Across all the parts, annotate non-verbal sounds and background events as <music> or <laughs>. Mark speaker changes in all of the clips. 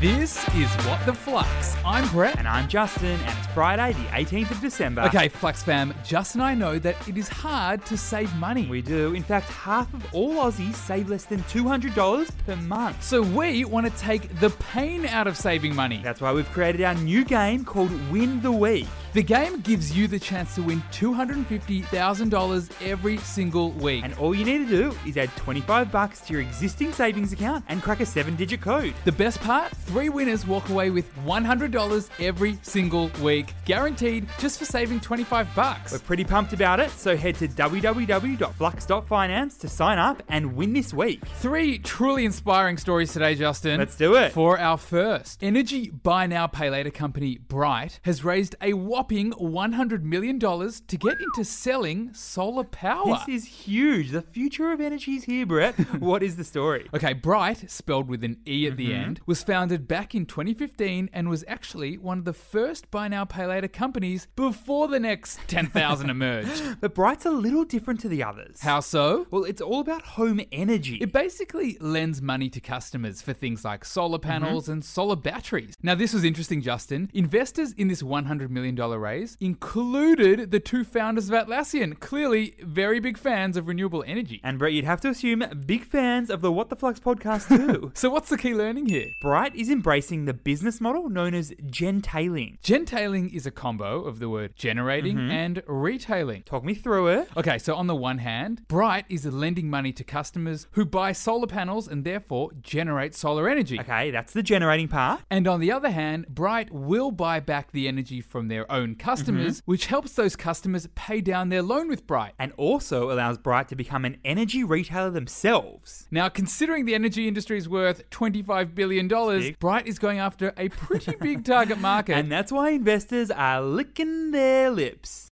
Speaker 1: This is What the Flux. I'm Brett.
Speaker 2: And I'm Justin, and it's Friday, the 18th of December.
Speaker 1: Okay, Flux fam, Justin and I know that it is hard to save money.
Speaker 2: We do. In fact, half of all Aussies save less than $200 per month.
Speaker 1: so we want to take the pain out of saving money.
Speaker 2: That's why we've created our new game called Win the Week.
Speaker 1: The game gives you the chance to win $250,000 every single week.
Speaker 2: And all you need to do is add 25 bucks to your existing savings account and crack a seven digit code.
Speaker 1: the best part, three winners walk away with $100 every single week, guaranteed just for saving 25 bucks.
Speaker 2: We're pretty pumped about it, so head to www.flux.finance to sign up and win this week.
Speaker 1: Three truly inspiring stories today, Justin.
Speaker 2: Let's do it.
Speaker 1: For our first, energy buy now, pay later company Bright has raised a whopping $100 million to get into selling solar power.
Speaker 2: This is huge. The future of energy is here,
Speaker 1: <laughs>
Speaker 2: Brett. what is the story?
Speaker 1: Okay, Bright, spelled with an E at
Speaker 2: Mm-hmm.
Speaker 1: the end, was founded back in 2015 and was actually one of the first buy now, pay later companies before the next 10,000
Speaker 2: <laughs>
Speaker 1: emerged.
Speaker 2: But Bright's a little different to the others.
Speaker 1: How so?
Speaker 2: Well, it's all about home energy.
Speaker 1: It basically lends money to customers for things like solar panels and solar batteries. Now, this was interesting, Justin. Investors in this $100 million raise included the two founders of Atlassian, clearly very big fans of renewable energy.
Speaker 2: and Brett, you'd have to assume big fans of the What the Flux podcast
Speaker 1: <laughs>
Speaker 2: too.
Speaker 1: So, what's the key learning here?
Speaker 2: Bright is embracing the business model known as gentailing.
Speaker 1: Gentailing is a combo of the word generating and retailing.
Speaker 2: Talk me through it.
Speaker 1: Okay, so on the one hand, Bright is lending money to customers who buy solar panels and therefore generate solar energy.
Speaker 2: Okay, that's the generating part.
Speaker 1: And on the other hand, Bright will buy back the energy from their own customers,
Speaker 2: Mm-hmm.
Speaker 1: which helps those customers pay down their loan with Bright.
Speaker 2: And also allows Bright to become an energy retailer themselves.
Speaker 1: Now, considering the energy industry is worth $25 billion,
Speaker 2: big.
Speaker 1: Bright is going after a pretty
Speaker 2: <laughs>
Speaker 1: big target market.
Speaker 2: And that's why investors are licking their lips.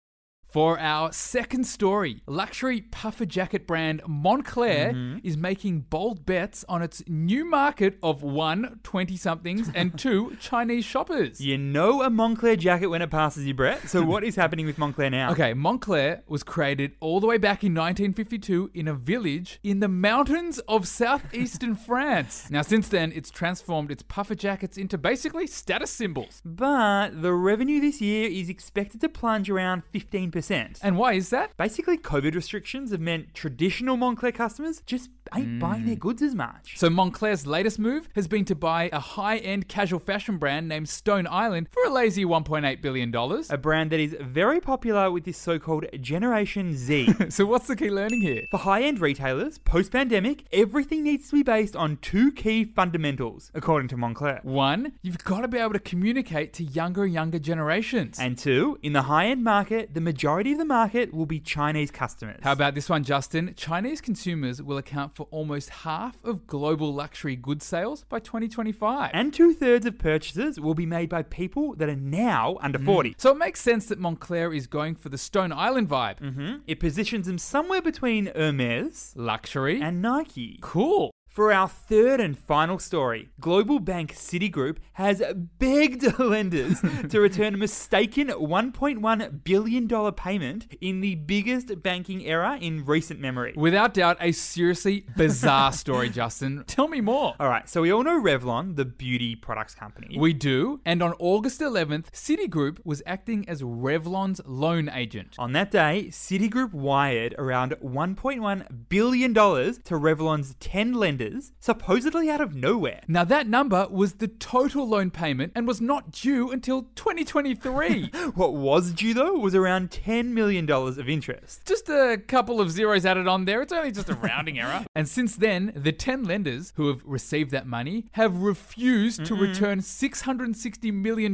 Speaker 1: For our second story, luxury puffer jacket brand Montclair
Speaker 2: Mm-hmm.
Speaker 1: is making bold bets on its new market of one, 20 somethings and two,
Speaker 2: <laughs>
Speaker 1: Chinese shoppers.
Speaker 2: You know a Montclair jacket when it passes you, Brett. So what is happening with Montclair
Speaker 1: <laughs>
Speaker 2: now?
Speaker 1: Okay, Montclair was created all the way back in 1952 in a village in the mountains of southeastern <laughs> France. Now, since then, it's transformed its puffer jackets into basically status symbols.
Speaker 2: But the revenue this year is expected to plunge around 15%.
Speaker 1: And why is that?
Speaker 2: Basically, COVID restrictions have meant traditional Montclair customers just ain't buying their goods as much.
Speaker 1: Mm. So, Montclair's latest move has been to buy a high end casual fashion brand named Stone Island for a lazy $1.8 billion.
Speaker 2: A brand that is very popular with this so called Generation
Speaker 1: <laughs>
Speaker 2: Z.
Speaker 1: So, what's the key learning here?
Speaker 2: For high end retailers, post pandemic, everything needs to be based on two key fundamentals, according to Montclair.
Speaker 1: One, you've got to be able to communicate to younger and younger generations.
Speaker 2: And two, in the high end market, the majority of the market will be Chinese customers.
Speaker 1: How about this one, Justin? Chinese consumers will account for almost half of global luxury goods sales by 2025.
Speaker 2: and two thirds of purchases will be made by people that are now under 40.
Speaker 1: so it makes sense that Montclair is going for the Stone Island vibe.
Speaker 2: Hmm? It positions them somewhere between Hermes
Speaker 1: Luxury.
Speaker 2: and Nike.
Speaker 1: cool.
Speaker 2: For our third and final story, global bank Citigroup has begged
Speaker 1: <laughs>
Speaker 2: <laughs> lenders to return a mistaken $1.1 billion payment in the biggest banking error in recent memory.
Speaker 1: Without doubt, a seriously bizarre <laughs> story, Justin. Tell me more.
Speaker 2: All right, so we all know Revlon, the beauty products company.
Speaker 1: We do. And on August 11th, Citigroup was acting as Revlon's loan agent.
Speaker 2: on that day, Citigroup wired around $1.1 billion to Revlon's 10 lenders, supposedly out of
Speaker 1: <laughs>
Speaker 2: nowhere.
Speaker 1: Now, that number was the total loan payment and was not due until
Speaker 2: <laughs>
Speaker 1: 2023.
Speaker 2: What was due, though, was around $10 million of interest.
Speaker 1: just a couple of zeros added on there. It's only just a rounding error. And since then, the 10 lenders who have received that money have refused to return $660 million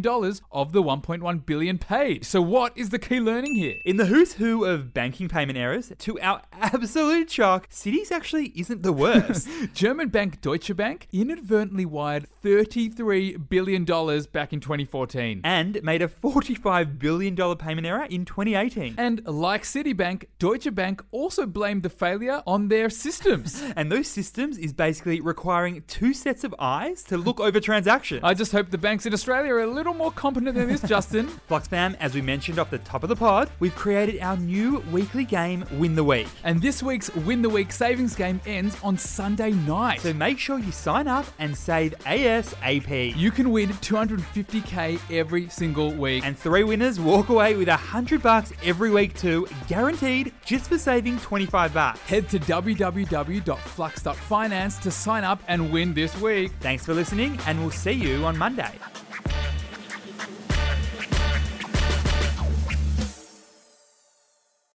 Speaker 1: of the 1.1 billion paid. So what is the key learning here?
Speaker 2: In the who's who of banking payment errors, to our <laughs> absolute shock, Cities actually isn't the
Speaker 1: <laughs>
Speaker 2: worst.
Speaker 1: German bank Deutsche Bank inadvertently wired $33 billion back in 2014.
Speaker 2: and made a $45 billion payment error in 2018.
Speaker 1: And like Citibank, Deutsche Bank also blamed the failure on their
Speaker 2: <laughs>
Speaker 1: systems.
Speaker 2: And those systems is basically requiring two sets of eyes to look over transactions.
Speaker 1: I just hope the banks in Australia are a little more competent than this, Justin.
Speaker 2: Flux fam, as we mentioned off the top of the pod, we've created our new weekly game, Win the Week.
Speaker 1: And this week's Win the Week savings game ends on Sunday night.
Speaker 2: So make sure you sign up and save ASAP.
Speaker 1: you can win 250k every single week.
Speaker 2: and three winners walk away with 100 bucks every week too, guaranteed just for saving 25 bucks.
Speaker 1: Head to www.flux.finance to sign up and win this week.
Speaker 2: Thanks for listening and we'll see you on Monday.